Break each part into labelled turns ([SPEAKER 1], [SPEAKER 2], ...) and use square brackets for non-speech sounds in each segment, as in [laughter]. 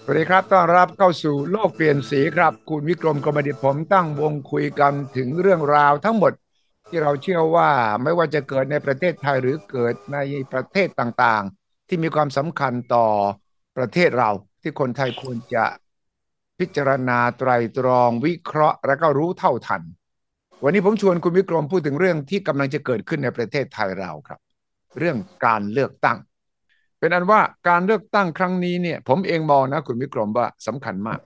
[SPEAKER 1] สวัสดีครับ ต้อนรับเข้าสู่โลกเปลี่ยนสีครับ คุณวิกรมกรมดิตผมตั้งวงคุยกันถึงเรื่องราวทั้งหมด ที่เราเชื่อว่าไม่ว่าจะเกิดในประเทศไทยหรือเกิดในประเทศต่างๆ ที่มีความสำคัญต่อประเทศเรา ที่คนไทยควรจะพิจารณาไตรตรองวิเคราะห์ และก็รู้เท่าทัน วันนี้ผมชวนคุณวิกรมพูดถึงเรื่องที่กำลังจะเกิดขึ้นในประเทศไทยเราครับ เรื่องการเลือกตั้ง เป็นอันว่าการเลือกตั้งครั้งนี้เนี่ย ผมเองมองนะ คุณวิกรมว่าสำคัญมาก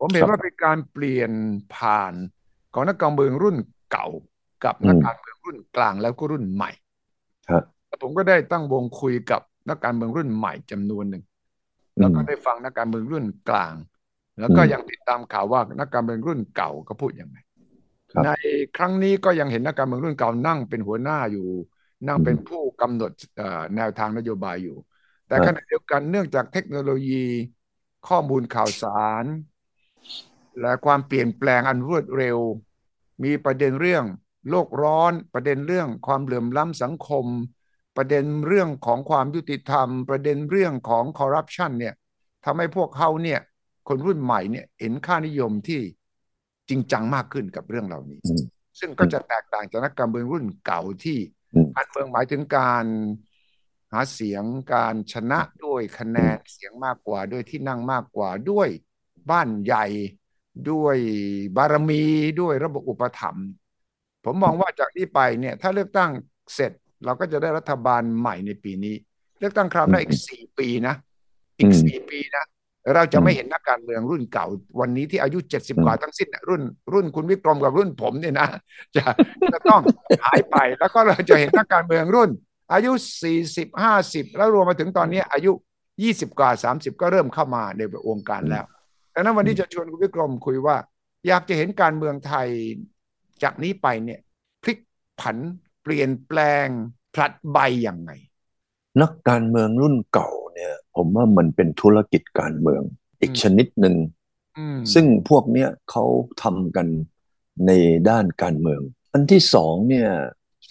[SPEAKER 1] ผมเห็นว่าเป็นการเปลี่ยนผ่านของนักการเมืองรุ่นเก่า กับนักการเมืองรุ่นกลางแล้วก็รุ่นใหม่
[SPEAKER 2] ครับ
[SPEAKER 1] ผมก็ได้ตั้งวงคุยกับนักการเมืองรุ่นใหม่จำนวนหนึ่ง
[SPEAKER 2] อื
[SPEAKER 1] แล้ว
[SPEAKER 2] ม
[SPEAKER 1] ก็ได้ฟังนักการเมืองรุ่นกลาง แล้วก็
[SPEAKER 2] อืม
[SPEAKER 1] ยังติดตามข่าวว่านักการเมืองรุ่นเก่าก็พูดยังไง
[SPEAKER 2] ครับ
[SPEAKER 1] ในครั้งนี้ก็ยังเห็นนักการเมืองรุ่นเก่านั่งเป็นหัวหน้าอยู่ นั่งเป็นผู้กำหนดเอ่อแนวทางนโยบายอยู่ แต่ขณะเดียวกันเนื่องจากเทคโนโลยีข้อมูลข่าวสาร และความเปลี่ยนแปลงอันรวดเร็ว มีประเด็นเรื่องโลกร้อน ประเด็นเรื่องความเหลื่อมล้ำสังคม ประเด็นเรื่องของความยุติธรรม ประเด็นเรื่องของคอร์รัปชันเนี่ยทำให้พวกเขาเนี่ย คนรุ่นใหม่เนี่ยเห็นค่านิยมที่จริงจังมากขึ้นกับเรื่องเหล่านี้
[SPEAKER 2] อืม
[SPEAKER 1] ซึ่งก็จะแตกต่างจากนักการเมืองรุ่นเก่าที่
[SPEAKER 2] อืม
[SPEAKER 1] การเมืองหมายถึงการหาเสียงการชนะด้วยคะแนนเสียงมากกว่าด้วยที่นั่งมากกว่าด้วยบ้านใหญ่ ด้วยบารมีด้วยระบบอุปถัมภ์ผมมองว่าจากนี้ไปเนี่ยถ้าเลือกตั้งเสร็จเราก็จะได้รัฐบาลใหม่ในปีนี้ เลือกตั้งคราวหน้าอีกสี่ปีนะอีก
[SPEAKER 2] อืม
[SPEAKER 1] สี่ปีนะ เราจะไม่
[SPEAKER 2] อืม
[SPEAKER 1] เห็นนักการเมืองรุ่นเก่า วันนี้ที่อายุเจ็ดสิบ
[SPEAKER 2] อืม
[SPEAKER 1] กว่าทั้งสิ้นน่ะรุ่น รุ่นคุณวิกรมกับรุ่นผมเนี่ยนะ [laughs] จะจะต้องหายไปแล้วก็เราจะเห็นนักการเมืองรุ่น อายุสี่สิบห้าสิบแล้วรวมมาถึงตอนนี้อายุยี่สิบกว่าสามสิบก็เริ่มเข้ามาในวงการแล้วดังนั้นวันนี้จะชวนคุณวิกรมคุยว่า อยากจะเห็นการเมืองไทยจากนี้ไปเนี่ยพลิกผันเปลี่ยนแปลงผลัดใบยังไง
[SPEAKER 2] นักการเมืองรุ่นเก่าเนี่ย ผมว่ามันเป็นธุรกิจการเมือง อีกชนิดหนึ่ง
[SPEAKER 1] อืม
[SPEAKER 2] ซึ่งพวกเนี้ยเขาทำกันในด้านการเมือง อันที่สองเนี่ย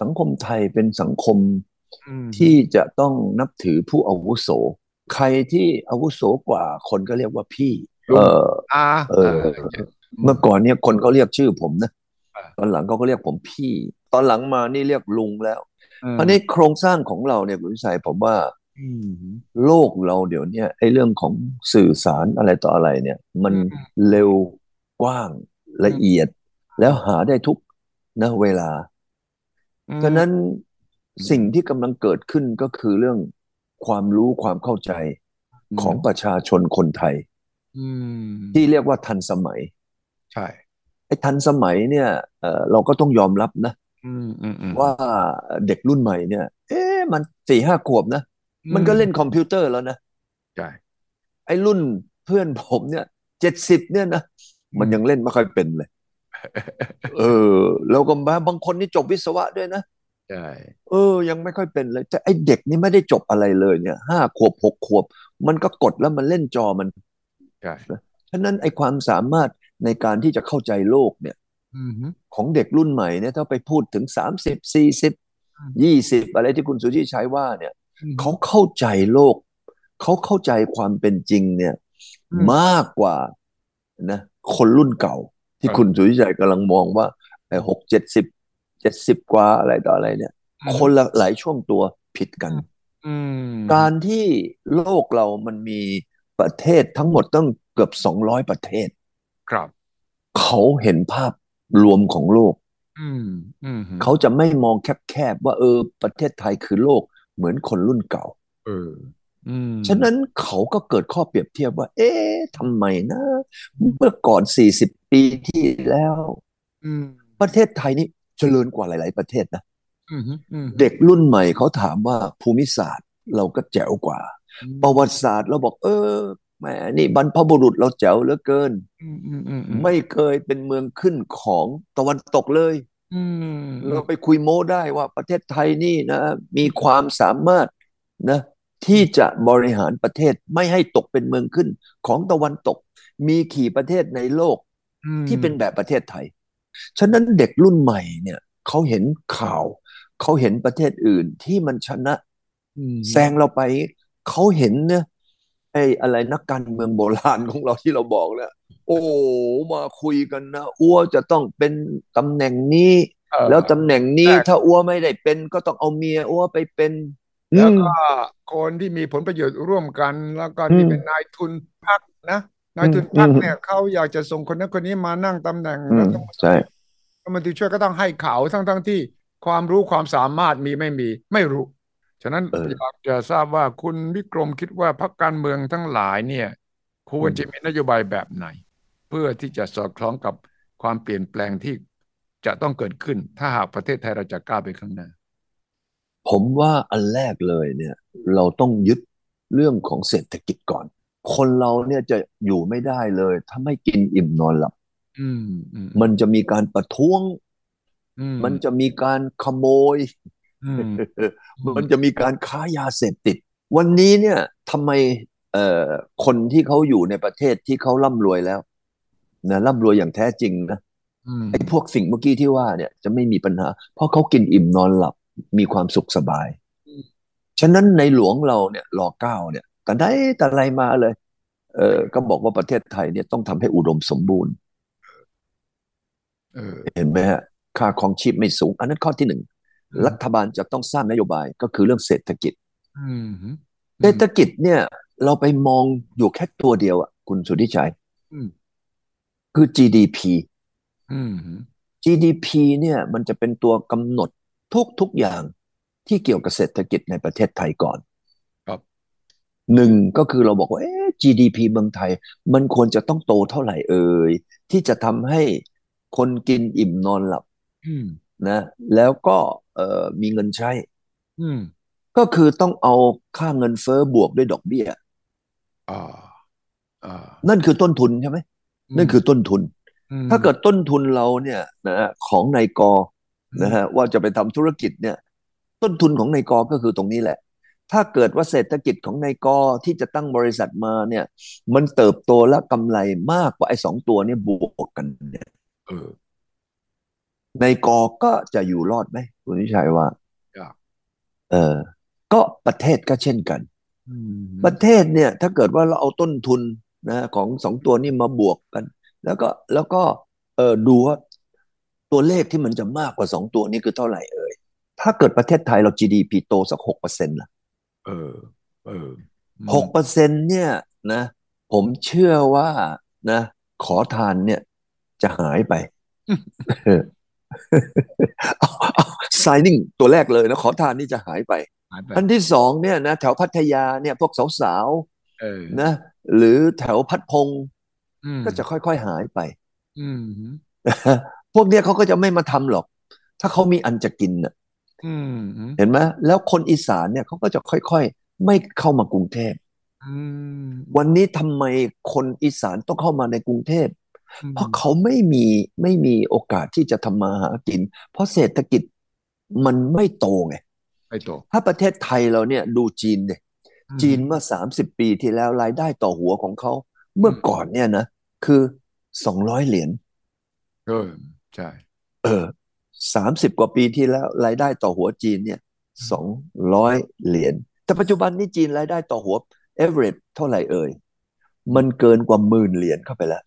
[SPEAKER 2] สังคมไทยเป็นสังคม
[SPEAKER 1] อืม
[SPEAKER 2] ที่จะต้องนับถือผู้อาวุโส ใครที่อาวุโสกว่าคนก็เรียกว่าพี่ เออ
[SPEAKER 1] อ่า
[SPEAKER 2] เออ
[SPEAKER 1] เจ็ด
[SPEAKER 2] เมื่อก่อนเนี่ยคนเขาเรียกชื่อผมนะ
[SPEAKER 1] อ่า
[SPEAKER 2] ตอนหลังเขาก็เรียกผมพี่ ตอนหลังมานี่เรียกลุงแล้ว
[SPEAKER 1] อืม
[SPEAKER 2] อันนี้โครงสร้างของเราเนี่ยคุณวิชัยผมว่า
[SPEAKER 1] อืม
[SPEAKER 2] โลกเราเดี๋ยวเนี้ไอ้เรื่องของสื่อสารอะไรต่ออะไรเนี่ย มัน
[SPEAKER 1] อืม
[SPEAKER 2] เร็วกว้างละเอียด แล้วหาได้ทุกนะเวลาฉะนั้นสิ่งที่กำลังเกิดขึ้นก็คือเรื่องความรู้ความเข้าใจ
[SPEAKER 1] อืม
[SPEAKER 2] ของประชาชนคนไทย
[SPEAKER 1] อืม
[SPEAKER 2] ที่เรียกว่าทันสมัย
[SPEAKER 1] ใช่
[SPEAKER 2] ไอ้ทันสมัยเนี่ยเอ่อเราก็ต้องยอมรับนะ
[SPEAKER 1] อืมอืมอืม
[SPEAKER 2] ว่าเด็กรุ่นใหม่เนี่ย เอ๊ะมันสี่ห้าขวบนะ มันก็เล่นคอมพิวเตอร์แล้วนะ
[SPEAKER 1] ใช่
[SPEAKER 2] ไอ้รุ่นเพื่อนผมเนี่ยเจ็ดสิบเนี่ยนะ
[SPEAKER 1] อืม
[SPEAKER 2] มันยังเล่นไม่ค่อยเป็นเลย เออ แล้วก็มาบางคนนี่จบวิศวะด้วยนะ
[SPEAKER 1] ใช่
[SPEAKER 2] เออ ยังไม่ค่อยเป็นเลย แต่ไอ้เด็กนี่ไม่ได้จบอะไรเลยเนี่ยห้าขวบหกขวบ มันก็กดแล้วมันเล่นจอมัน
[SPEAKER 1] ใช่
[SPEAKER 2] ฉะนั้นไอ้ความสามารถในการที่จะเข้าใจโลกเนี่ย
[SPEAKER 1] อืมฮึ
[SPEAKER 2] ของเด็กรุ่นใหม่เนี่ยถ้าไปพูดถึงสามสิบสี่สิบ
[SPEAKER 1] ม
[SPEAKER 2] ยี่สิบอะไรที่คุณสุชีใช้ว่าเนี่ย
[SPEAKER 1] อืมฮึ
[SPEAKER 2] เขาเข้าใจโลก เขาเข้าใจความเป็นจริงเนี่ย
[SPEAKER 1] อืม
[SPEAKER 2] มากกว่านะ คนรุ่นเก่า ที่
[SPEAKER 1] ครับ
[SPEAKER 2] คุณสุวิชัยกำลังมองว่าไอ้หกเจ็ดสิบเจ็ดสิบกว่าอะไรต่ออะไรเนี่ย คนละหลายช่วงตัวผิดกัน
[SPEAKER 1] อืม
[SPEAKER 2] การที่โลกเรามันมีประเทศทั้งหมดตั้งเกือบสองร้อยประเทศ
[SPEAKER 1] ครับ
[SPEAKER 2] เขาเห็นภาพรวมของโลก
[SPEAKER 1] อืมอืมฮึ
[SPEAKER 2] เขาจะไม่มองแคบๆว่าเออ ประเทศไทยคือโลกเหมือนคนรุ่นเก่า
[SPEAKER 1] เออ อืม
[SPEAKER 2] ฉะนั้นเขาก็เกิดข้อเปรียบเทียบว่า เอ๊ะทำไมนะ เมื่อก่อน 40 ปีที่แล้ว
[SPEAKER 1] อืม
[SPEAKER 2] ประเทศไทยนี่เจริญกว่าหลาย ๆ ประเทศนะ
[SPEAKER 1] อืมฮึอืมฮึ
[SPEAKER 2] เด็กรุ่นใหม่เขาถามว่าภูมิศาสตร์เราก็แจ๋วกว่า ประวัติศาสตร์เราบอก เออแหมนี่บรรพบุรุษเราแจ๋วเหลือเกิน
[SPEAKER 1] อืมอืมอืมอืม
[SPEAKER 2] ไม่เคยเป็นเมืองขึ้นของตะวันตกเลย
[SPEAKER 1] อืม
[SPEAKER 2] เราไปคุยโม้ได้ว่าประเทศไทยนี่นะ มีความสามารถนะ ที่จะบริหารประเทศไม่ให้ตกเป็นเมืองขึ้นของตะวันตก มีขี่ประเทศในโลก
[SPEAKER 1] อืม
[SPEAKER 2] ที่เป็นแบบประเทศไทย ฉะนั้นเด็กรุ่นใหม่เนี่ยเขาเห็นข่าว เขาเห็นประเทศอื่นที่มันชนะ
[SPEAKER 1] อืม
[SPEAKER 2] แซงเราไป เขาเห็นเนี่ย ไอ้อะไรนักการเมืองโบราณของเราที่เราบอกเนี่ยโอ้โหมาคุยกันนะอ้วจะต้องเป็นตำแหน่งนี้
[SPEAKER 1] เออ
[SPEAKER 2] แล้วตำแหน่งนี้
[SPEAKER 1] ใช่
[SPEAKER 2] ถ้าอ้วไม่ได้เป็นก็ต้องเอาเมียอ้วไปเป็นอื
[SPEAKER 1] แล้ว
[SPEAKER 2] ม
[SPEAKER 1] ก็คนที่มีผลประโยชน์ร่วมกันแล้วก็ที่
[SPEAKER 2] อืม
[SPEAKER 1] เป็นนายทุนพรรคนะนายทุนพรรค
[SPEAKER 2] อืม
[SPEAKER 1] เนี่ยเขาอยากจะส่งคนนั้นคนนี้มานั่งตำแหน่ง
[SPEAKER 2] อื
[SPEAKER 1] รั
[SPEAKER 2] ม
[SPEAKER 1] ฐมน
[SPEAKER 2] ใช่
[SPEAKER 1] รัฐมนตรีช่วยก็ต้องให้เขาทั้งทั้งที่ความรู้ความสามารถมีไม่มีไม่รู้ ฉะนั้น
[SPEAKER 2] เออ
[SPEAKER 1] อยากจะทราบว่าคุณวิกรมคิดว่าพรรคการเมืองทั้งหลายเนี่ย ควร
[SPEAKER 2] อืม
[SPEAKER 1] จะมีนโยบายแบบไหน เพื่อที่จะสอดคล้องกับความเปลี่ยนแปลงที่จะต้องเกิดขึ้น ถ้าหากประเทศไทยเราจะก้าวไปข้างหน้า
[SPEAKER 2] ผมว่าอันแรกเลยเนี่ย เราต้องยึดเรื่องของเศรษฐกิจก่อน คนเราเนี่ยจะอยู่ไม่ได้เลย ถ้าไม่กินอิ่มนอนหลับ
[SPEAKER 1] อืมอืม
[SPEAKER 2] มันจะมีการประท้วง
[SPEAKER 1] อืม
[SPEAKER 2] มันจะมีการขโมย [laughs]
[SPEAKER 1] อืม
[SPEAKER 2] มันจะมีการค้ายาเสพติด วันนี้เนี่ยทำไมเอ่อคนที่เขาอยู่ในประเทศที่เขาร่ำรวยแล้วนะร่ำรวยอย่างแท้จริงนะ
[SPEAKER 1] อืม
[SPEAKER 2] ไอ้พวกสิ่งเมื่อกี้ที่ว่าเนี่ยจะไม่มีปัญหา เพราะเขากินอิ่มนอนหลับมีความสุขสบาย ฉะนั้นในหลวงเราเนี่ยรอเก้าเนี่ยแต่ได้แต่ไรมาเลย เออก็บอกว่าประเทศไทยเนี่ยต้องทำให้อุดมสมบูรณ์
[SPEAKER 1] เออ
[SPEAKER 2] เห็นไหมฮะค่าครองชีพไม่สูง อันนั้นข้อที่หนึ่ง
[SPEAKER 1] อืม
[SPEAKER 2] รัฐบาลจะต้องสร้างนโยบายก็คือเรื่องเศรษฐกิจ
[SPEAKER 1] อืมอืม
[SPEAKER 2] เศรษฐกิจเนี่ยเราไปมองอยู่แค่ตัวเดียวอ่ะคุณสุทธิชัย
[SPEAKER 1] อืม
[SPEAKER 2] คือ GDP
[SPEAKER 1] อืม
[SPEAKER 2] GDP เนี่ยมันจะเป็นตัวกำหนดทุกทุกอย่างที่เกี่ยวกับเศรษฐกิจในประเทศไทยก่อน
[SPEAKER 1] ครับ
[SPEAKER 2] หนึ่งก็คือเราบอกว่าเอ๊ะ GDP เมืองไทย มันควรจะต้องโตเท่าไหร่เอ่ยที่จะทำให้คนกินอิ่มนอนหลับ
[SPEAKER 1] อืม
[SPEAKER 2] นะแล้วก็เอ่อมีเงินใช้
[SPEAKER 1] อืม
[SPEAKER 2] ก็คือต้องเอาค่าเงินเฟ้อบวกด้วยดอกเบี้ย
[SPEAKER 1] อ่าอ่า
[SPEAKER 2] นั่นคือต้นทุนใช่ไหม
[SPEAKER 1] อื
[SPEAKER 2] นั่น
[SPEAKER 1] ม
[SPEAKER 2] คือต้นทุน
[SPEAKER 1] อืม
[SPEAKER 2] ถ้าเกิดต้นทุนเราเนี่ยนะฮะของนายกนะฮะว่าจะไปทำธุรกิจเนี่ย ต้นทุนของนายกก็คือตรงนี้แหละ ถ้าเกิดว่าเศรษฐกิจของนายกที่จะตั้งบริษัทมาเนี่ย มันเติบโตและกำไรมากกว่าไอ้สองตัวเนี่ยบวกกันเนี่ย
[SPEAKER 1] เออน
[SPEAKER 2] ายกก็จะอยู่รอดไหมคุณวิชัยว่า
[SPEAKER 1] ยาก
[SPEAKER 2] เออ ก็ประเทศก็เช่นกัน
[SPEAKER 1] อืม
[SPEAKER 2] ประเทศเนี่ยถ้าเกิดว่าเราเอาต้นทุนนะของสองตัวนี้มาบวกกัน แล้วก็แล้วก็เออดูว่าตัวเลขที่มันจะมากกว่าสองตัวนี้คือเท่าไหร่เอ่ยถ้าเกิดประเทศไทยเรา GDP โตสักหกเปอร์เซ็นต์ล่ะ
[SPEAKER 1] เออ เอออืม
[SPEAKER 2] หกเปอร์เซ็นต์เนี่ยนะผมเชื่อว่านะ ขอทานเนี่ยจะหายไป เอาเอาไซนิ่งตัวแรกเลยนะขอทานนี่จะหายไป
[SPEAKER 1] หายไป
[SPEAKER 2] อันที่สองเนี่ยนะแถวพัทยาเนี่ยพวกสาวๆ
[SPEAKER 1] เออ
[SPEAKER 2] นะหรือแถวพัดพง
[SPEAKER 1] อืม
[SPEAKER 2] ก็จะค่อยๆหายไป
[SPEAKER 1] อืม
[SPEAKER 2] พวกเนี้ยเขาก็จะไม่มาทำหรอก ถ้าเขามีอันจะกินน่ะ
[SPEAKER 1] อืมอืม
[SPEAKER 2] เห็นไหมแล้วคนอีสานเนี่ยเขาก็จะค่อยๆ ไม่เข้ามากรุงเทพ
[SPEAKER 1] อืม
[SPEAKER 2] วันนี้ทำไมคนอีสานต้องเข้ามาในกรุงเทพ
[SPEAKER 1] อืม
[SPEAKER 2] เพราะเขาไม่มีไม่มีโอกาสที่จะทำมาหากิน เพราะเศรษฐกิจมันไม่โตไง
[SPEAKER 1] ไปต่อ
[SPEAKER 2] ถ้าประเทศไทยเราเนี่ยดูจีนเนี่ย
[SPEAKER 1] อืม
[SPEAKER 2] จีนเมื่อสามสิบปีที่แล้วรายได้ต่อหัวของเขา เมื่อก่อนเนี่ยนะ คือสองร้อยเหรียญ
[SPEAKER 1] เออใช่
[SPEAKER 2] เออสามสิบกว่าปีที่แล้วรายได้ต่อหัวจีนเนี่ยสองร้อยเหรียญแต่ปัจจุบันนี้จีนรายได้ต่อหัว average เท่าไหร่เอ่ย มันเกินกว่าหมื่นเหรียญเข้าไปแล้ว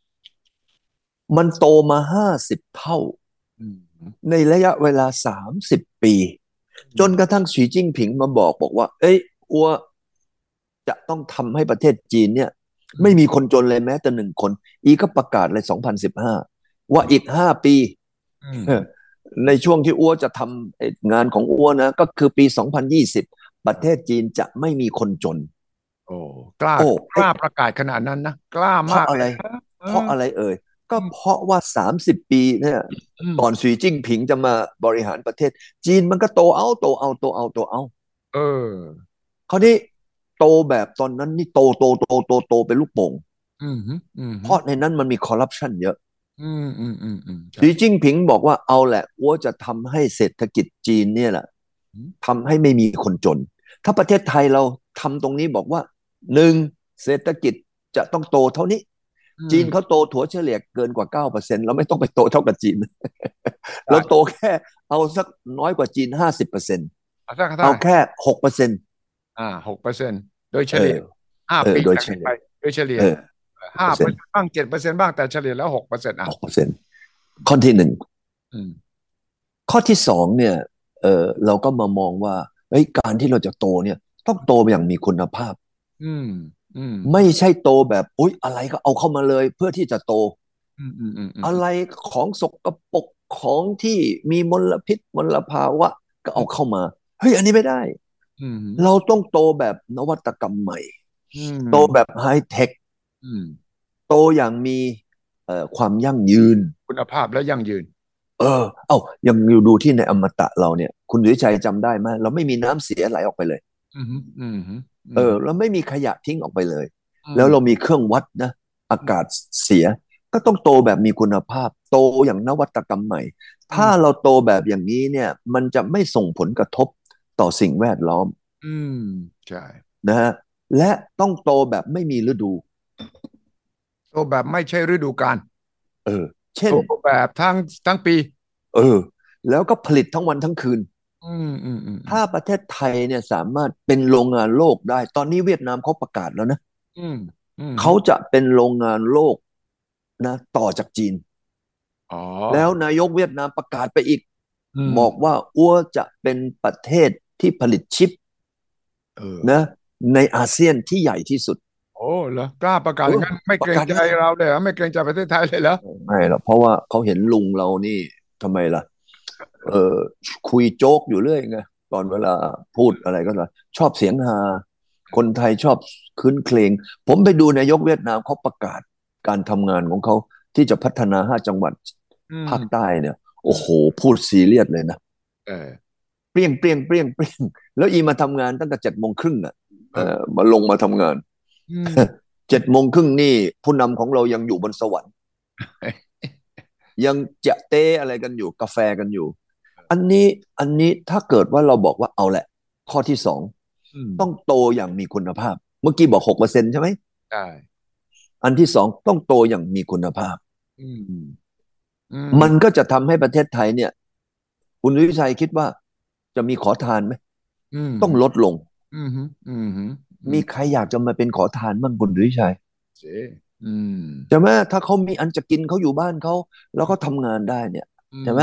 [SPEAKER 2] มันโตมาห้าสิบเท่า
[SPEAKER 1] อืม
[SPEAKER 2] ในระยะเวลาสามสิบปี จนกระทั่งสีจิ้งผิงมาบอกบอกว่า เอ้ยอัวจะต้องทำให้ประเทศจีนเนี่ย ไม่มีคนจนเลยแม้แต่หนึ่งคน อีก็ประกาศเลยสองพันสิบห้าว่าอีกห้าปี
[SPEAKER 1] อืม
[SPEAKER 2] ในช่วงที่อัวจะทำไอ้งานของอัวนะ ก็คือปีสองพันยี่สิบประเทศจีนจะไม่มีคนจน
[SPEAKER 1] โอ้กล้า
[SPEAKER 2] โอ้
[SPEAKER 1] กล้าประกาศขนาดนั้นนะกล้า
[SPEAKER 2] เพ
[SPEAKER 1] มา
[SPEAKER 2] ราะ
[SPEAKER 1] ก
[SPEAKER 2] อะไร
[SPEAKER 1] เลยนะเออ
[SPEAKER 2] เพราะอะไรเอ่ย ก็เพราะว่าสามสิบปีเนี่ย
[SPEAKER 1] อืม
[SPEAKER 2] ก่อนสีจิ้งผิงจะมาบริหารประเทศ จีนมันก็โตเอาโตเอาโตเอาโตเอา
[SPEAKER 1] เออ
[SPEAKER 2] คราวนี้โตแบบตอนนั้นนี่โตโตโตโตโตเป็นลูกโป่ง
[SPEAKER 1] อืมอืม
[SPEAKER 2] เพราะในนั้นมันมีคอร์รัปชันเยอะ
[SPEAKER 1] อืมอืมอืมอืมใช่
[SPEAKER 2] สีจิ้งผิงบอกว่าเอาแหละอัวจะทำให้เศรษฐกิจจีนเนี่ยแหละ
[SPEAKER 1] อืม
[SPEAKER 2] ทำให้ไม่มีคนจน ถ้าประเทศไทยเราทำตรงนี้บอกว่าหนึ่งเศรษฐกิจจะต้องโตเท่านี้
[SPEAKER 1] อืม
[SPEAKER 2] จีนเขาโตถั่วเฉลี่ยเกินกว่าเก้าเปอร์เซ็นต์เราไม่ต้องไปโตเท่ากับจีน เราโตแค่เอาสักน้อยกว่าจีนห้าสิบเปอร์เซ็นต์
[SPEAKER 1] เอาสักเท่า
[SPEAKER 2] เอา
[SPEAKER 1] ไหร่
[SPEAKER 2] แค่หกเปอร์เซ็นต์
[SPEAKER 1] อ่าหกเปอร์เซ็นต์โดยเฉ
[SPEAKER 2] เอ
[SPEAKER 1] ลี่ย
[SPEAKER 2] อ
[SPEAKER 1] ห้า
[SPEAKER 2] เออ
[SPEAKER 1] ปี
[SPEAKER 2] โดย
[SPEAKER 1] จาก
[SPEAKER 2] เฉ
[SPEAKER 1] นี้
[SPEAKER 2] ลี่ย
[SPEAKER 1] ไปโดยเฉลี่ย
[SPEAKER 2] เออ
[SPEAKER 1] ห้าเปอร์เซ็นต์บ้างเจ็ดเปอร์เซ็นต์บ้างแต่เฉลี่ยแล้วหกเปอร์เซ็นต์อ่ะ
[SPEAKER 2] ออกเปอร์เซ็นต์ข้อที่หนึ่ง
[SPEAKER 1] อืม
[SPEAKER 2] ข้อที่สองเนี่ย เออเราก็มามองว่าเอ้ยการที่เราจะโตเนี่ย ต้องโตอย่างมีคุณภาพ
[SPEAKER 1] อืม อืม
[SPEAKER 2] ไม่ใช่โตแบบอุ๊ยอะไรก็เอาเข้ามาเลย เพื่อที่จะโต
[SPEAKER 1] อืมอืมอืมอืม
[SPEAKER 2] อะไรของสกปรกของที่มีมลพิษมลภาวะ ก็เอาเข้ามาเฮ้ยอันนี้ไม่ได้
[SPEAKER 1] อืม
[SPEAKER 2] เราต้องโตแบบนวัตกรรมใหม่
[SPEAKER 1] อืม
[SPEAKER 2] โตแบบไฮเทค
[SPEAKER 1] อืม
[SPEAKER 2] โตอย่างมีเอ่อความยั่งยืน
[SPEAKER 1] คุณภาพและยั่งยืน
[SPEAKER 2] เออ เอ้ายังอยู่ดูที่ในอมตะเราเนี่ย คุณสุวิชัยจำได้ไหมเราไม่มีน้ำเสียไหลออกไปเลย
[SPEAKER 1] อืมอืมอืม
[SPEAKER 2] เออแล้วไม่มีขยะทิ้งออกไปเลย แล้วเรามีเครื่องวัดนะ อากาศเสีย ก็ต้องโตแบบมีคุณภาพ โตอย่างนวัตกรรมใหม่ ถ้าเราโตแบบอย่างนี้เนี่ย มันจะไม่ส่งผลกระทบต่อสิ่งแวดล้อม
[SPEAKER 1] อืมใช่
[SPEAKER 2] นะฮะและต้องโตแบบไม่มีฤดู
[SPEAKER 1] โตแบบไม่ใช่ฤดูกาล
[SPEAKER 2] เออ เช่น
[SPEAKER 1] โตแบบทั้งทั้งปี
[SPEAKER 2] เออ แล้วก็ผลิตทั้งวันทั้งคืน
[SPEAKER 1] อืมอืมอืม
[SPEAKER 2] ถ้าประเทศไทยเนี่ยสามารถเป็นโรงงานโลกได้ ตอนนี้เวียดนามเขาประกาศแล้วนะ
[SPEAKER 1] อืมอืม
[SPEAKER 2] เขาจะเป็นโรงงานโลกนะต่อจากจีน
[SPEAKER 1] อ๋อ
[SPEAKER 2] แล้วนายกเวียดนามประกาศไปอีก
[SPEAKER 1] ม
[SPEAKER 2] บอกว่าอัวจะเป็นประเทศที่ผลิตชิป
[SPEAKER 1] เออ
[SPEAKER 2] นะ ในอาเซียนที่ใหญ่ที่สุด
[SPEAKER 1] โอ้เหรอกล้าประกาศอย่างนั้นไม่เกรง
[SPEAKER 2] ประกาศ
[SPEAKER 1] ใจ
[SPEAKER 2] ได้
[SPEAKER 1] เราเลยเหรอไม่เกรงใจประเทศไทยเลยเหรอ
[SPEAKER 2] ไม่หรอกเพราะว่าเขาเห็นลุงเรานี่ทำไมล่ะ เออคุยโจ๊กอยู่เรื่อยไงตอนเวลาพูดอะไรก็แล้วชอบเสียงฮาคนไทยชอบคืนเคลงผมไปดูนายกเวียดนามเขาประกาศการทำงานของเขาที่จะพัฒนาห้าจังหวัด
[SPEAKER 1] อืม
[SPEAKER 2] ภาคใต้เนี่ย โอ้โห พูดซีเรียสเลยนะ
[SPEAKER 1] เออ
[SPEAKER 2] เปรี้ยงเปรี้ยงเปรี้ยงเปรี้ยงแล้วอีมาทำงานตั้งแต่เจ็ดโมงครึ่งอ่ะ
[SPEAKER 1] เออ
[SPEAKER 2] เออมาลงมาทำงาน
[SPEAKER 1] อืม
[SPEAKER 2] เจ็ดโมงครึ่งนี่ ผู้นำของเรายังอยู่บนสวรรค์ ยังจะเต้อะไรกันอยู่ กาแฟกันอยู่ อันนี้อันนี้ถ้าเกิดว่าเราบอกว่าเอาแหละ ข้อที่สอง
[SPEAKER 1] ม
[SPEAKER 2] ต้องโตอย่างมีคุณภาพ เมื่อกี้บอกหกเปอร์เซ็นใช่ไหม
[SPEAKER 1] ใช่
[SPEAKER 2] อันที่สองต้องโตอย่างมีคุณภาพ
[SPEAKER 1] อืมอืม
[SPEAKER 2] มันก็จะทำให้ประเทศไทยเนี่ย คุณวิชัยคิดว่า จะมีขอทานไหม
[SPEAKER 1] อืม
[SPEAKER 2] ต้องลดลง
[SPEAKER 1] อืมอืมอืม
[SPEAKER 2] มีใครอยากจะมาเป็นขอทานบ้างคุณวิชัย
[SPEAKER 1] เจ๊อืม
[SPEAKER 2] ใช่ไหมถ้าเขามีอันจะกินเขาอยู่บ้านเขาแล้วก็ทำงานได้เนี่ย
[SPEAKER 1] อื
[SPEAKER 2] ใช่ไหม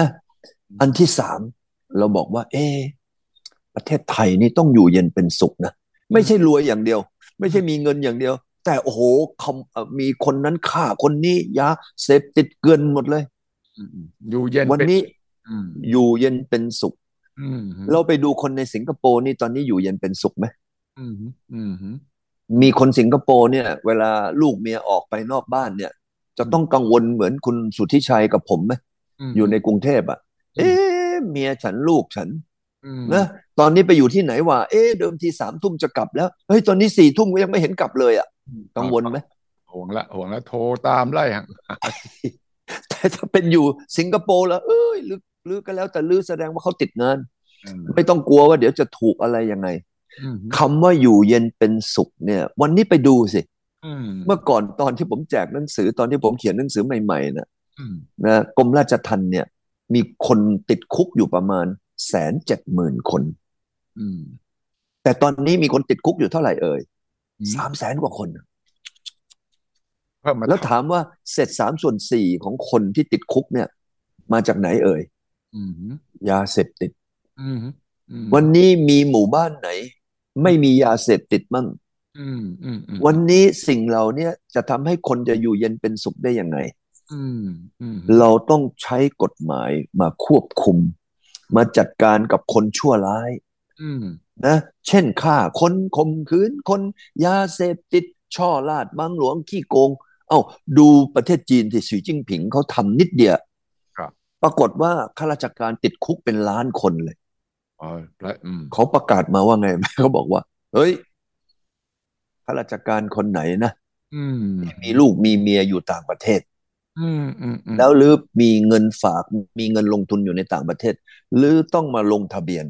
[SPEAKER 1] ม
[SPEAKER 2] อันที่สามเราบอกว่า เอะประเทศไทยนี่ต้องอยู่เย็นเป็นสุขนะไม่ใช่รวยอย่างเดียว ไม่ใช่มีเงินอย่างเดียว แต่โอ้โหคอมเอ่อมีคนนั้นฆ่าคนนี้ยาเสพติดเกินหมดเลย
[SPEAKER 1] อืมอืมอยู่เย็น
[SPEAKER 2] วัน
[SPEAKER 1] เป็
[SPEAKER 2] นี้
[SPEAKER 1] อืม
[SPEAKER 2] อยู่เย็นเป็นสุข
[SPEAKER 1] อืมอืม
[SPEAKER 2] เราไปดูคนในสิงคโปร์นี่ตอนนี้อยู่เย็นเป็นสุขไหม
[SPEAKER 1] อืมอืมอืม
[SPEAKER 2] มีคนสิงคโปร์เนี่ย เวลาลูกเมียออกไปนอกบ้านเนี่ย จะต้องกังวลเหมือนคุณสุทธิชัยกับผมไหม
[SPEAKER 1] ม
[SPEAKER 2] อยู่ในกรุงเทพอ่ะ เอ๊ะเมียฉันลูกฉัน
[SPEAKER 1] อืม
[SPEAKER 2] นะตอนนี้ไปอยู่ที่ไหนวะเอ๊ะเดิมทีสามทุ่มจะกลับแล้ว เฮ้ยตอนนี้สี่ทุ่มก็ยังไม่เห็นกลับเลยอ่ะ กังวล
[SPEAKER 1] [laughs]
[SPEAKER 2] ไหม
[SPEAKER 1] ห่วงละห่วงละโทรตามไล่ห่าง
[SPEAKER 2] แต่ถ้าเป็นอยู่สิงคโปร์แล้วเอ้ยลือลือก็แล้วแต่ลือแสดงว่าเขาติดงาน
[SPEAKER 1] อืม
[SPEAKER 2] ไม่ต้องกลัวว่าเดี๋ยวจะถูกอะไรยังไง
[SPEAKER 1] อืม
[SPEAKER 2] คำว่าอยู่เย็นเป็นสุขเนี่ย วันนี้ไปดูสิ
[SPEAKER 1] อืม
[SPEAKER 2] เมื่อก่อนตอนที่ผมแจกหนังสือตอนที่ผมเขียนหนังสือใหม่ๆนะ
[SPEAKER 1] อืม
[SPEAKER 2] นะกรมราชทัณฑ์เนี่ย มีคนติดคุกอยู่ประมาณแสนเจ็ดหมื่นคน
[SPEAKER 1] อืม
[SPEAKER 2] แต่ตอนนี้มีคนติดคุกอยู่เท่าไหร่เอ่ยสามแสนกว่าคน
[SPEAKER 1] เพิ่มมา
[SPEAKER 2] แล้วถามว่าเสร็จสามส่วนสี่ของคนที่ติดคุกเนี่ย มาจากไหนเอ่ย
[SPEAKER 1] อืม
[SPEAKER 2] ยาเสพติด
[SPEAKER 1] อืมอืม
[SPEAKER 2] วันนี้มีหมู่บ้านไหน ไม่มียาเสพติดมั่ง
[SPEAKER 1] อืมอืมอืม
[SPEAKER 2] วันนี้สิ่งเหล่าเนี้จะทำให้คนจะอยู่เย็นเป็นสุขได้ยังไง
[SPEAKER 1] อืมอืม
[SPEAKER 2] เราต้องใช้กฎหมายมาควบคุม มาจัดการกับคนชั่วร้าย
[SPEAKER 1] อืม
[SPEAKER 2] นะ เช่นฆ่าคนข่มขืนคนยาเสพติด ช่อลาดบังหลวงขี้โกง เอ้า ดูประเทศจีนที่สีจิ้งผิงเขาทำนิดเดียวปรากฏว่าข้าราชการติดคุกเป็นล้านคนเลย
[SPEAKER 1] อ๋อแล้วอืม
[SPEAKER 2] เขาประกาศมาว่าไง [laughs] เขาบอกว่า เฮ้ยข้าราชการคนไหนนะ
[SPEAKER 1] อืม
[SPEAKER 2] มีลูกมีเมียอยู่ต่างประเทศ
[SPEAKER 1] อืมอืมอืม
[SPEAKER 2] แล้วหรือมีเงินฝากมีเงินลงทุนอยู่ในต่างประเทศ หรือต้องมาลงทะเบียน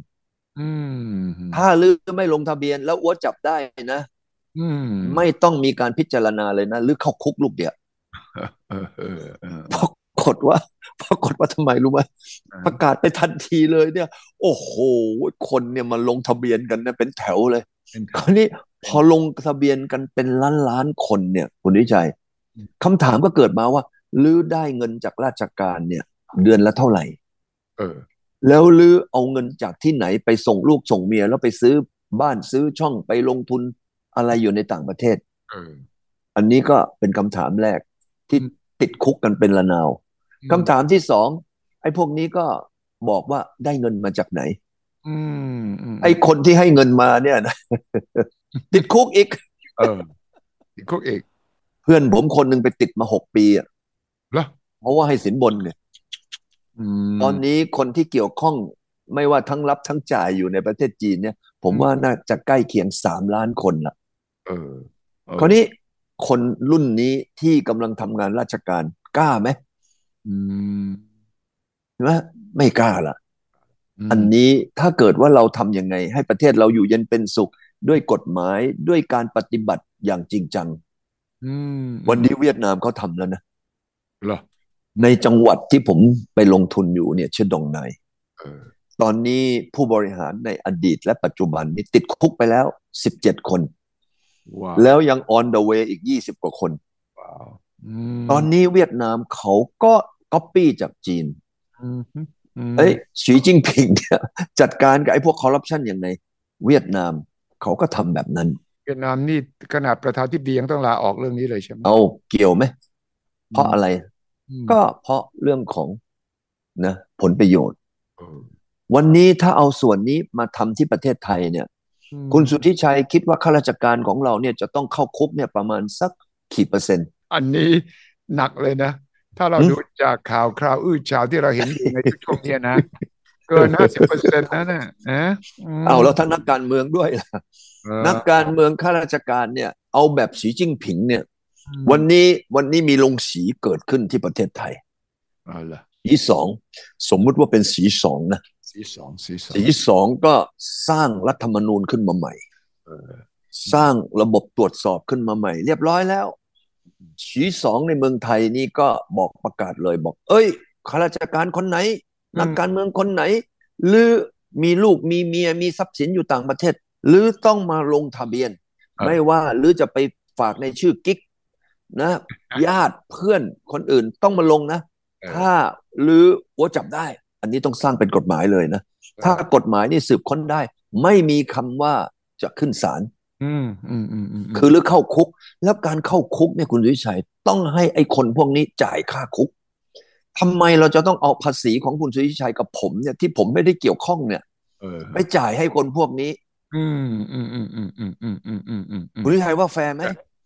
[SPEAKER 1] อืม
[SPEAKER 2] ถ้าหรือไม่ลงทะเบียน แล้วอ้วจับได้นะ
[SPEAKER 1] อืม
[SPEAKER 2] ไม่ต้องมีการพิจารณาเลยนะ หรือเข้าคุกลูกเดียว
[SPEAKER 1] เออเออเออ
[SPEAKER 2] ปรากฏว่า [laughs] ปรากฏว่าทำไมรู้ไหมประกาศไปทันทีเลยเนี่ย โอ้โห คนเนี่ยมาลงทะเบียนกันเนี่ยเป็นแถวเลย
[SPEAKER 1] เป็น
[SPEAKER 2] คราวนี้ พอลงทะเบียนกันเป็นล้านล้านคนเนี่ยคุณวิชัยคำถามก็เกิดมาว่าลื้อได้เงินจากราชการเนี่ย เดือนละเท่าไหร่
[SPEAKER 1] เออ
[SPEAKER 2] แล้วลื้อเอาเงินจากที่ไหนไปส่งลูกส่งเมียแล้วไปซื้อบ้านซื้อช่องไปลงทุนอะไรอยู่ในต่างประเทศ
[SPEAKER 1] เออ
[SPEAKER 2] อันนี้ก็เป็นคำถามแรกที่
[SPEAKER 1] อืม
[SPEAKER 2] ติดคุกกันเป็นละนาวคำถามที่สองไอ้พวกนี้ก็บอกว่าได้เงินมาจากไหน
[SPEAKER 1] อืมอืม
[SPEAKER 2] ไอ้คนที่ให้เงินมาเนี่ยนะ [laughs] ติดคุกอีก
[SPEAKER 1] เออติดคุกอีก
[SPEAKER 2] เพื่อนผมคนหนึ่งไปติดมาหกปีอะ
[SPEAKER 1] เหรอ
[SPEAKER 2] เพราะว่าให้สินบนเนี่ย
[SPEAKER 1] อืม
[SPEAKER 2] ตอนนี้คนที่เกี่ยวข้องไม่ว่าทั้งรับทั้งจ่ายอยู่ในประเทศจีนเนี่ย ผม
[SPEAKER 1] อืม
[SPEAKER 2] ว่าน่าจะใกล้เคียงสามล้านคนละ
[SPEAKER 1] เออเออ
[SPEAKER 2] คราวนี้คนรุ่นนี้ที่กำลังทำงานราชการกล้าไหม
[SPEAKER 1] อืม
[SPEAKER 2] เห็นไหมไม่กล้าละ
[SPEAKER 1] ม
[SPEAKER 2] อันนี้ถ้าเกิดว่าเราทำยังไง ให้ประเทศเราอยู่เย็นเป็นสุข ด้วยกฎหมายด้วยการปฏิบัติอย่างจริงจัง
[SPEAKER 1] อืม
[SPEAKER 2] วันนี้เวียดนามเขาทำแล้วนะ
[SPEAKER 1] เหรอ
[SPEAKER 2] ในจังหวัดที่ผมไปลงทุนอยู่เนี่ยชื่อดงไน
[SPEAKER 1] เออ
[SPEAKER 2] ตอนนี้ผู้บริหารในอดีตและปัจจุบันนี้ติดคุกไปแล้ว 17 คน
[SPEAKER 1] ว้าว
[SPEAKER 2] แล้วยัง on the way อีก 20 กว่าคน
[SPEAKER 1] ว้าวอืม
[SPEAKER 2] ตอนนี้เวียดนามเขาก็ก๊อปปี้จากจีน
[SPEAKER 1] อืมอืม
[SPEAKER 2] เอ้ยสีจิ้งผิงเนี่ย [laughs] จัดการกับไอ้พวกคอร์รัปชันอย่างไงเวียดนามเขาก็ทำแบบนั้น
[SPEAKER 1] เวียดนามนี่ขนาดประธานทิบดียังต้องลาออกเรื่องนี้เลยใช่ไหม
[SPEAKER 2] เอาเกี่ยวไหม เพราะอะไร
[SPEAKER 1] อืม
[SPEAKER 2] ก็เพราะเรื่องของนะผลประโยชน์
[SPEAKER 1] เออ
[SPEAKER 2] วันนี้ถ้าเอาส่วนนี้มาทำที่ประเทศไทยเนี่ย
[SPEAKER 1] อืม
[SPEAKER 2] คุณสุทธิชัยคิดว่าข้าราชการของเราเนี่ยจะต้องเข้าคุกเนี่ยประมาณสักกี่เปอร์เซ็นต์
[SPEAKER 1] อันนี้หนักเลยนะ ถ้าเรา
[SPEAKER 2] อืม
[SPEAKER 1] ดูจากข่าวคราวอื้อฉาวที่เราเห็นอยู่ในช่วงเนี้ยนะ เกินห้าสิบเปอร์เซ็นต์นะน่ะนะม
[SPEAKER 2] เอาแล้วถ้านักการเมือง
[SPEAKER 1] [laughs]
[SPEAKER 2] ด้วยล่ะ
[SPEAKER 1] เออ
[SPEAKER 2] นักการเมืองข้าราชการเนี่ย เอาแบบสีจิ้งผิงเนี่ย
[SPEAKER 1] อืม
[SPEAKER 2] วันนี้วันนี้มีลงสีเกิดขึ้นที่ประเทศไทย
[SPEAKER 1] เอาล่ะ
[SPEAKER 2] สีสองสมมุติว่าเป็นสีสองนะ
[SPEAKER 1] สีสองสีสอง
[SPEAKER 2] สีสองก็สร้างรัฐธรรมนูญขึ้นมาใหม่
[SPEAKER 1] เออ
[SPEAKER 2] สร้างระบบตรวจสอบขึ้นมาใหม่ เรียบร้อยแล้ว สีสองในเมืองไทยนี่ก็บอกประกาศเลยบอก เอ้ยข้าราชการคนไหน
[SPEAKER 1] อืม
[SPEAKER 2] นักการเมืองคนไหน หรือมีลูกมีเมียมีทรัพย์สินอยู่ต่างประเทศ หรือต้องมาลงทะเบียน ไม่ว่าหรือจะไปฝากในชื่อกิ๊กนะ ญาติเพื่อนคนอื่นต้องมาลงนะ
[SPEAKER 1] เออ
[SPEAKER 2] ถ้าหรือหัวจับได้ อันนี้ต้องสร้างเป็นกฎหมายเลยนะ ถ้ากฎหมายนี่สืบค้นได้ ไม่มีคำว่าจะขึ้นศาล
[SPEAKER 1] อืมอืมอืมอืมอืม
[SPEAKER 2] คือหรือเข้าคุก แล้วการเข้าคุกเนี่ยคุณวิชัยต้องให้ไอ้คนพวกนี้จ่ายค่าคุกทำไมเราจะต้องเอาภาษีของคุณสุวิชัยกับผมเนี่ยที่ผมไม่ได้เกี่ยวข้องเนี่ย
[SPEAKER 1] เออ
[SPEAKER 2] ไปจ่ายให้คนพวกนี้
[SPEAKER 1] อืมอืมอืมอืมอืมอืมอืมอืมอืมอืม
[SPEAKER 2] คุณวิชัยว่าแฟร์ไหม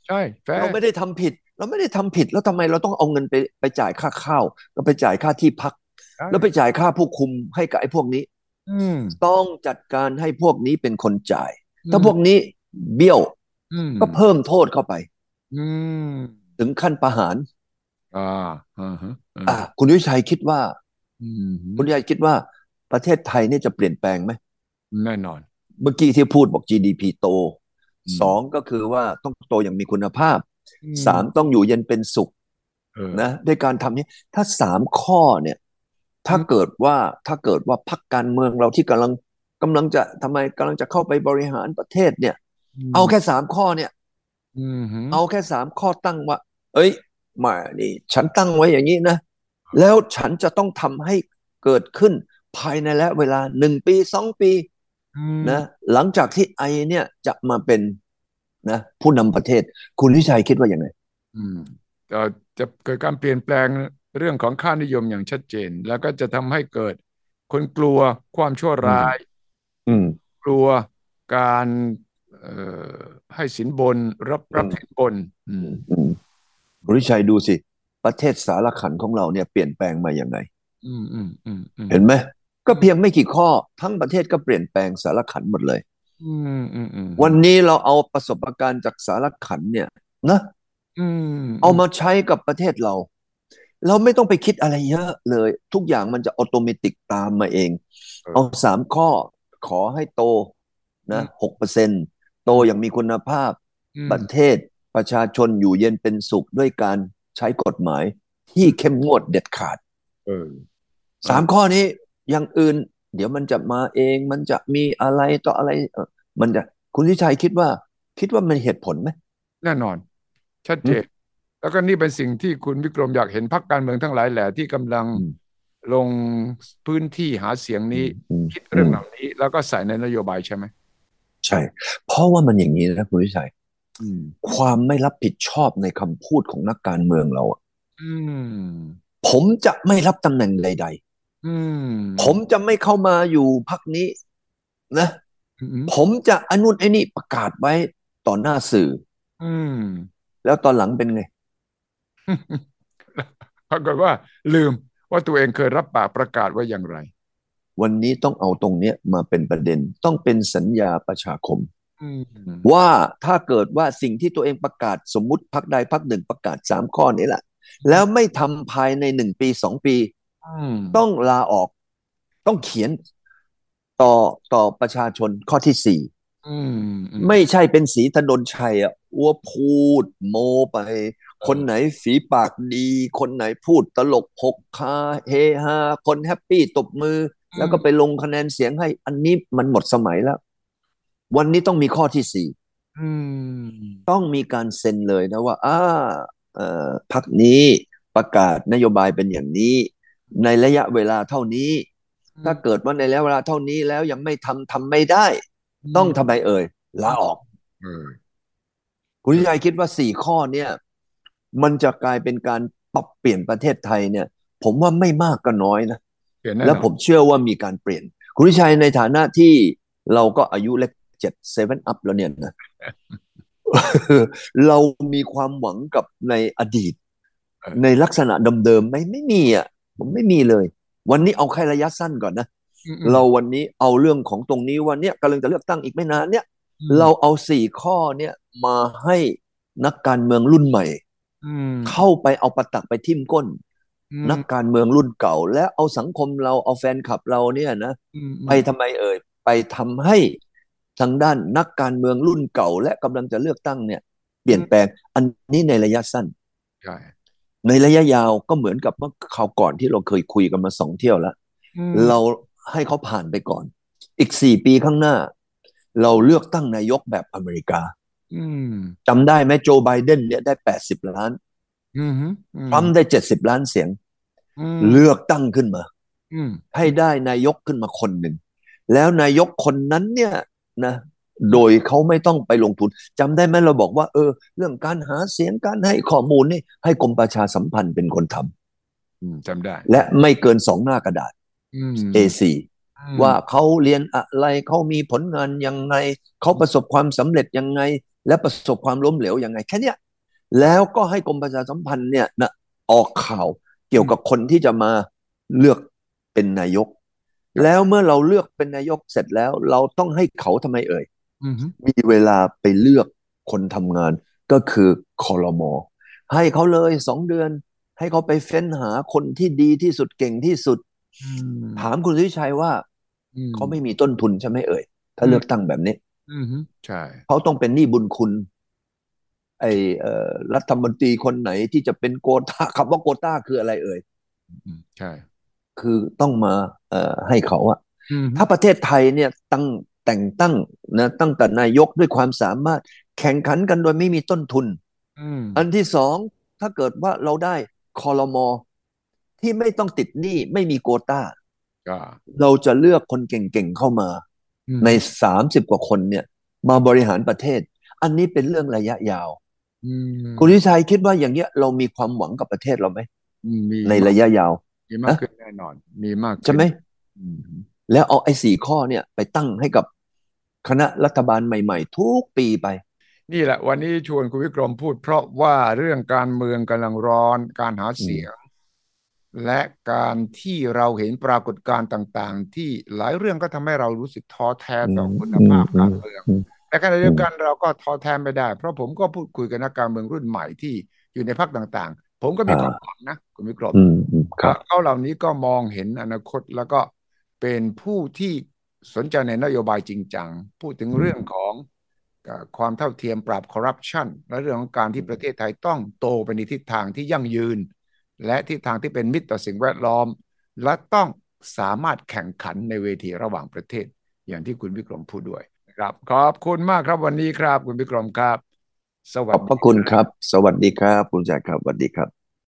[SPEAKER 1] ใช่แฟ
[SPEAKER 2] เราไม่ได้ทำผิด เราไม่ได้ทำผิด แล้วทำไมเราต้องเอาเงินไปไปจ่ายค่าข้าวแล้วไปจ่ายค่าที่พัก
[SPEAKER 1] ใช่
[SPEAKER 2] แล้วไปจ่ายค่าผู้คุมให้กับไอ้พวกนี้
[SPEAKER 1] อืม
[SPEAKER 2] ต้องจัดการให้พวกนี้เป็นคนจ่าย ถ้า
[SPEAKER 1] อืม
[SPEAKER 2] พวกนี้เบี้ยว
[SPEAKER 1] อืม
[SPEAKER 2] ก็เพิ่มโทษเข้าไป
[SPEAKER 1] อืม
[SPEAKER 2] ถึงขั้นประหาร
[SPEAKER 1] อ่าอ่าฮะอ่า
[SPEAKER 2] อ่ะคุณวิชัยคิดว่า
[SPEAKER 1] อืม
[SPEAKER 2] คุณวิชัยคิดว่าประเทศไทยเนี่ยจะเปลี่ยนแปลงไหม
[SPEAKER 1] แน่นอน
[SPEAKER 2] เมื่อกี้ที่พูดบอก GDP โต
[SPEAKER 1] อืม
[SPEAKER 2] สองก็คือว่าต้องโตอย่างมีคุณภาพ
[SPEAKER 1] อืม
[SPEAKER 2] สามต้องอยู่เย็นเป็นสุข
[SPEAKER 1] เออ
[SPEAKER 2] นะด้วยการทำนี้ถ้าสามข้อเนี่ยถ้า
[SPEAKER 1] อืม
[SPEAKER 2] เกิดว่าถ้าเกิดว่าพรรคการเมืองเราที่กำลังกำลังจะทำไมกำลังจะเข้าไปบริหารประเทศเนี่ย เอาแค่สามข้อเนี่ย
[SPEAKER 1] อืมฮึ
[SPEAKER 2] เอาแค่สามข้อตั้งว่า เอ้ยมานี่ ฉันตั้งไว้อย่างนี้นะ แล้วฉันจะต้องทำให้เกิดขึ้นภายในและเวลาหนึ่งปีสองปี
[SPEAKER 1] อืม
[SPEAKER 2] นะหลังจากที่ไอเนี่ยจะมาเป็นนะผู้นำประเทศ คุณวิชัยคิดว่าอย่างไง
[SPEAKER 1] อืมเอ่อจะเกิดการเปลี่ยนแปลงเรื่องของค่านิยมอย่างชัดเจน แล้วก็จะทำให้เกิดคนกลัวความชั่วร้าย
[SPEAKER 2] อืม
[SPEAKER 1] กลัวการเอ่อให้สินบนรับรับ
[SPEAKER 2] อืม
[SPEAKER 1] สินบนอืม
[SPEAKER 2] อืมคุณวิชัยดูสิ ประเทศสารขันของเราเนี่ยเปลี่ยนแปลงมาอย่างไง
[SPEAKER 1] อืมอืมอืมอืม
[SPEAKER 2] เห็นไหมก็เพียงไม่กี่ข้อ ทั้งประเทศก็เปลี่ยนแปลงสารขันหมดเลย
[SPEAKER 1] อืมอืมอืม
[SPEAKER 2] วันนี้เราเอาประสบการณ์จากสารขันเนี่ยนะ
[SPEAKER 1] อืม
[SPEAKER 2] เอามาใช้กับประเทศเรา เราไม่ต้องไปคิดอะไรเยอะเลย ทุกอย่างมันจะอัตโนมัติตามมาเอง เอาสามข้อขอให้โตนะหกเปอร์เซ็นต์โตอย่างมีคุณภาพ
[SPEAKER 1] อืม
[SPEAKER 2] ประเทศประชาชนอยู่เย็นเป็นสุขด้วยการใช้กฎหมายที่เข้มงวดเด็ดขาด
[SPEAKER 1] เออ
[SPEAKER 2] สามข้อนี้อย่างอื่น เดี๋ยวมันจะมาเองมันจะมีอะไรต่ออะไรเอ่อมันจะคุณทิชัยคิดว่า คิดว่ามันเหตุผลไหม
[SPEAKER 1] แน่นอน ชัดเจน แล้วก็นี่เป็นสิ่งที่คุณวิกรมอยากเห็นพรรคการเมืองทั้งหลายแหละที่กำลัง
[SPEAKER 2] อืม
[SPEAKER 1] ลงพื้นที่หาเสียงนี้
[SPEAKER 2] อืม
[SPEAKER 1] คิดเรื่องเหล่านี้ แล้วก็ใส่ในนโยบายใช่ไหม
[SPEAKER 2] ใช่ เพราะว่ามันอย่างนี้นะคุณวิชัย
[SPEAKER 1] อืม
[SPEAKER 2] ความไม่รับผิดชอบในคำพูดของนักการเมืองเราอะ
[SPEAKER 1] อืม
[SPEAKER 2] ผมจะไม่รับตำแหน่งใด
[SPEAKER 1] อืม
[SPEAKER 2] ๆ ผมจะไม่เข้ามาอยู่พรรคนี้ นะ
[SPEAKER 1] อืม
[SPEAKER 2] ผมจะอนนุนไอ้นี่ประกาศไว้ต่อหน้าสื่อ
[SPEAKER 1] อืม
[SPEAKER 2] แล้วตอนหลังเป็นไง
[SPEAKER 1] ปรากฏว่า ลืมว่าตัวเองเคยรับปากประกาศไว้อย่างไร
[SPEAKER 2] วันนี้ต้องเอาตรงเนี้ยมาเป็นประเด็น ต้องเป็นสัญญาประชาคม
[SPEAKER 1] อืม
[SPEAKER 2] ว่าถ้าเกิดว่าสิ่งที่ตัวเองประกาศสมมุติพักใดพักหนึ่งประกาศสามข้อนี้แหละ แล้วไม่ทำภายในหนึ่งปีสองปี
[SPEAKER 1] อืม
[SPEAKER 2] ต้องลาออก ต้องเขียนต่อต่อประชาชนข้อที่สี่
[SPEAKER 1] อืมอืม
[SPEAKER 2] ไม่ใช่เป็นสีถนนชัยอ่ะอ้วพูดโมไป คนไหนฝีปากดี คนไหนพูดตลกพกคาเฮฮาคนแฮปปี้ตบมือ แล้วก็ไปลงคะแนนเสียงให้ อันนี้มันหมดสมัยแล้ว วันนี้ต้องมีข้อที่สี่
[SPEAKER 1] อืม
[SPEAKER 2] ต้องมีการเซ็นเลยนะว่าอ่าเอ่อพรรคนี้ประกาศนโยบายเป็นอย่างนี้ ในระยะเวลาเท่านี้ ถ้าเกิดว่าในระยะเวลาเท่านี้แล้วยังไม่ทำทำไม่ได้ ต้องทำไมเอ่ยลาออก
[SPEAKER 1] เออ
[SPEAKER 2] คุณวิชัยคิดว่าสี่ข้อเนี่ย มันจะกลายเป็นการปรับเปลี่ยนประเทศไทยเนี่ย ผมว่าไม่มากก็น้อยนะ
[SPEAKER 1] เปลี่ยนแน่
[SPEAKER 2] แล้ว
[SPEAKER 1] นอน
[SPEAKER 2] ผมเชื่อว่ามีการเปลี่ยน คุณวิชัยในฐานะที่เราก็อายุเลขเจ็ดเซเว่นอัพแล้วเนี่ยนะ [laughs] เรามีความหวังกับในอดีต ในลักษณะเดิมๆไหมไม่มีอ่ะผมไม่มีเลย วันนี้เอาแค่ระยะสั้นก่อนนะ
[SPEAKER 1] อืม
[SPEAKER 2] เราวันนี้เอาเรื่องของตรงนี้วันเนี้ยกำลังจะเลือกตั้งอีกไม่นานเนี่ย
[SPEAKER 1] อืม
[SPEAKER 2] เราเอาสี่ข้อเนี่ยมาให้นักการเมืองรุ่นใหม่
[SPEAKER 1] อืม
[SPEAKER 2] เข้าไปเอาประตักไปทิ่มก้น
[SPEAKER 1] อืม
[SPEAKER 2] นักการเมืองรุ่นเก่า และเอาสังคมเราเอาแฟนคลับเราเนี่ยนะ
[SPEAKER 1] อืม
[SPEAKER 2] ไปทำไมเอ่ยไปทำให้ทางด้านนักการเมืองรุ่นเก่า และกำลังจะเลือกตั้งเนี่ย เปลี่ยนแปลงอันนี้ในระยะสั้น
[SPEAKER 1] ใช่
[SPEAKER 2] ในระยะยาวก็เหมือนกับเมื่อคราวก่อนที่เราเคยคุยกันมาสองเที่ยวแล้ว
[SPEAKER 1] อืม
[SPEAKER 2] เราให้เขาผ่านไปก่อน อีกสี่ปีข้างหน้า เราเลือกตั้งนายกแบบอเมริกา
[SPEAKER 1] อืม
[SPEAKER 2] จำได้ไหมโจไบเดนเนี่ยได้แปดสิบล้าน
[SPEAKER 1] อืมอืม
[SPEAKER 2] ทรัมป์ได้เจ็ดสิบล้านเสียง
[SPEAKER 1] อืม
[SPEAKER 2] เลือกตั้งขึ้นมา
[SPEAKER 1] อืม
[SPEAKER 2] ให้ได้นายกขึ้นมาคนหนึ่ง แล้วนายกคนนั้นเนี่ยนะ โดยเขาไม่ต้องไปลงทุนจำได้ไหมเราบอกว่า เออ เรื่องการหาเสียงการให้ข้อมูลนี่ ให้กรมประชาสัมพันธ์เป็นคนทำ
[SPEAKER 1] อืมจำได้
[SPEAKER 2] และไม่เกินสองหน้ากระดาษ
[SPEAKER 1] อืม
[SPEAKER 2] A4
[SPEAKER 1] อืม
[SPEAKER 2] ว่าเขาเรียนอะไรเขามีผลงานยังไง เขาประสบความสำเร็จยังไง และประสบความล้มเหลวยังไง แค่เนี้ยแล้วก็ให้กรมประชาสัมพันธ์เนี่ยนะออกข่าวเกี่ยวกับคนที่จะมาเลือกเป็นนายก แล้วเมื่อเราเลือกเป็นนายกเสร็จแล้ว เราต้องให้เขาทำไมเอ่ย
[SPEAKER 1] อืม
[SPEAKER 2] มีเวลาไปเลือกคนทำงานก็คือคอรมอให้เขาเลยสองเดือน ให้เขาไปเฟ้นหาคนที่ดีที่สุดเก่งที่สุด
[SPEAKER 1] อืม
[SPEAKER 2] ถามคุณสุวิชัยว่า
[SPEAKER 1] อืม
[SPEAKER 2] เขาไม่มีต้นทุนใช่ไหมเอ่ย ถ้า
[SPEAKER 1] อืม
[SPEAKER 2] เลือกตั้งแบบนี้
[SPEAKER 1] อืมใช่
[SPEAKER 2] เขาต้องเป็นหนี้บุญคุณ ไอเอ่อรัฐมนตรีคนไหนที่จะเป็นโกต้า [laughs] คำว่าโกต้าคืออะไรเอ่ย
[SPEAKER 1] อืมใช่
[SPEAKER 2] คือต้องมาเอ่อให้เขาอะ
[SPEAKER 1] อืม
[SPEAKER 2] ถ้าประเทศไทยเนี่ยตั้งแต่งตั้งนะตั้งแต่นายกด้วยความสามารถ แข่งขันกันโดยไม่มีต้นทุน
[SPEAKER 1] อืม
[SPEAKER 2] อันที่สองถ้าเกิดว่าเราได้คอรมอที่ไม่ต้องติดหนี้ไม่มีโกต้า
[SPEAKER 1] ก็
[SPEAKER 2] เราจะเลือกคนเก่งๆเข้ามา
[SPEAKER 1] อืม
[SPEAKER 2] ในสามสิบกว่าคนเนี่ย มาบริหารประเทศ อันนี้เป็นเรื่องระยะยาว
[SPEAKER 1] อืม
[SPEAKER 2] คุณวิชัยคิดว่าอย่างเงี้ยเรามีความหวังกับประเทศเราไหม
[SPEAKER 1] มี
[SPEAKER 2] ในระยะยาว
[SPEAKER 1] มีมากขึ้นแน่นอน มีมากขึ้น
[SPEAKER 2] ใช่ไหม
[SPEAKER 1] อืม
[SPEAKER 2] แล้วเอาไอ้สี่ข้อเนี่ยไปตั้งให้กับคณะรัฐบาลใหม่ๆ ทุกปีไป
[SPEAKER 1] นี่แหละ วันนี้ชวนคุณวิกรมพูด เพราะว่าเรื่องการเมืองกำลังร้อน การหาเสียง และการที่เราเห็นปรากฏการณ์ต่าง ๆ ที่หลายเรื่องก็ทำให้เรารู้สึกท้อแท้ต่ออ
[SPEAKER 2] ม
[SPEAKER 1] คุณภาพการเมือง
[SPEAKER 2] อืม
[SPEAKER 1] แต่ขณะเดียวกันเราก็ท้อแท้ไม่ได้ เพราะผมก็พูดคุยกับนักการเมืองรุ่นใหม่ที่อยู่ในพรรคต่าง ๆ ผมก็มีความหวังนะคุณวิกรม
[SPEAKER 2] อืมอืมครับ
[SPEAKER 1] ว่าเขาเหล่านี้ก็มองเห็นอนาคตแล้วก็เป็นผู้ที่สนใจในนโยบายจริงจัง พูดถึงเรื่องของเอ่อความเท่าเทียมปราบคอร์รัปชันและเรื่องของการที่ประเทศไทยต้องโตไปในทิศทางที่ยั่งยืน และทิศทางที่เป็นมิตรต่อสิ่งแวดล้อม และต้องสามารถแข่งขันในเวทีระหว่างประเทศ อย่างที่คุณวิกรมพูดด้วยนะครับ ครับ ขอบคุณมากครับวันนี้ครับ คุณวิกรมครับ ส
[SPEAKER 2] ข
[SPEAKER 1] วัส
[SPEAKER 2] อบ
[SPEAKER 1] ดี
[SPEAKER 2] พระคุณครับ สวัสดีครับคุณแจคครับสวัสดีครับ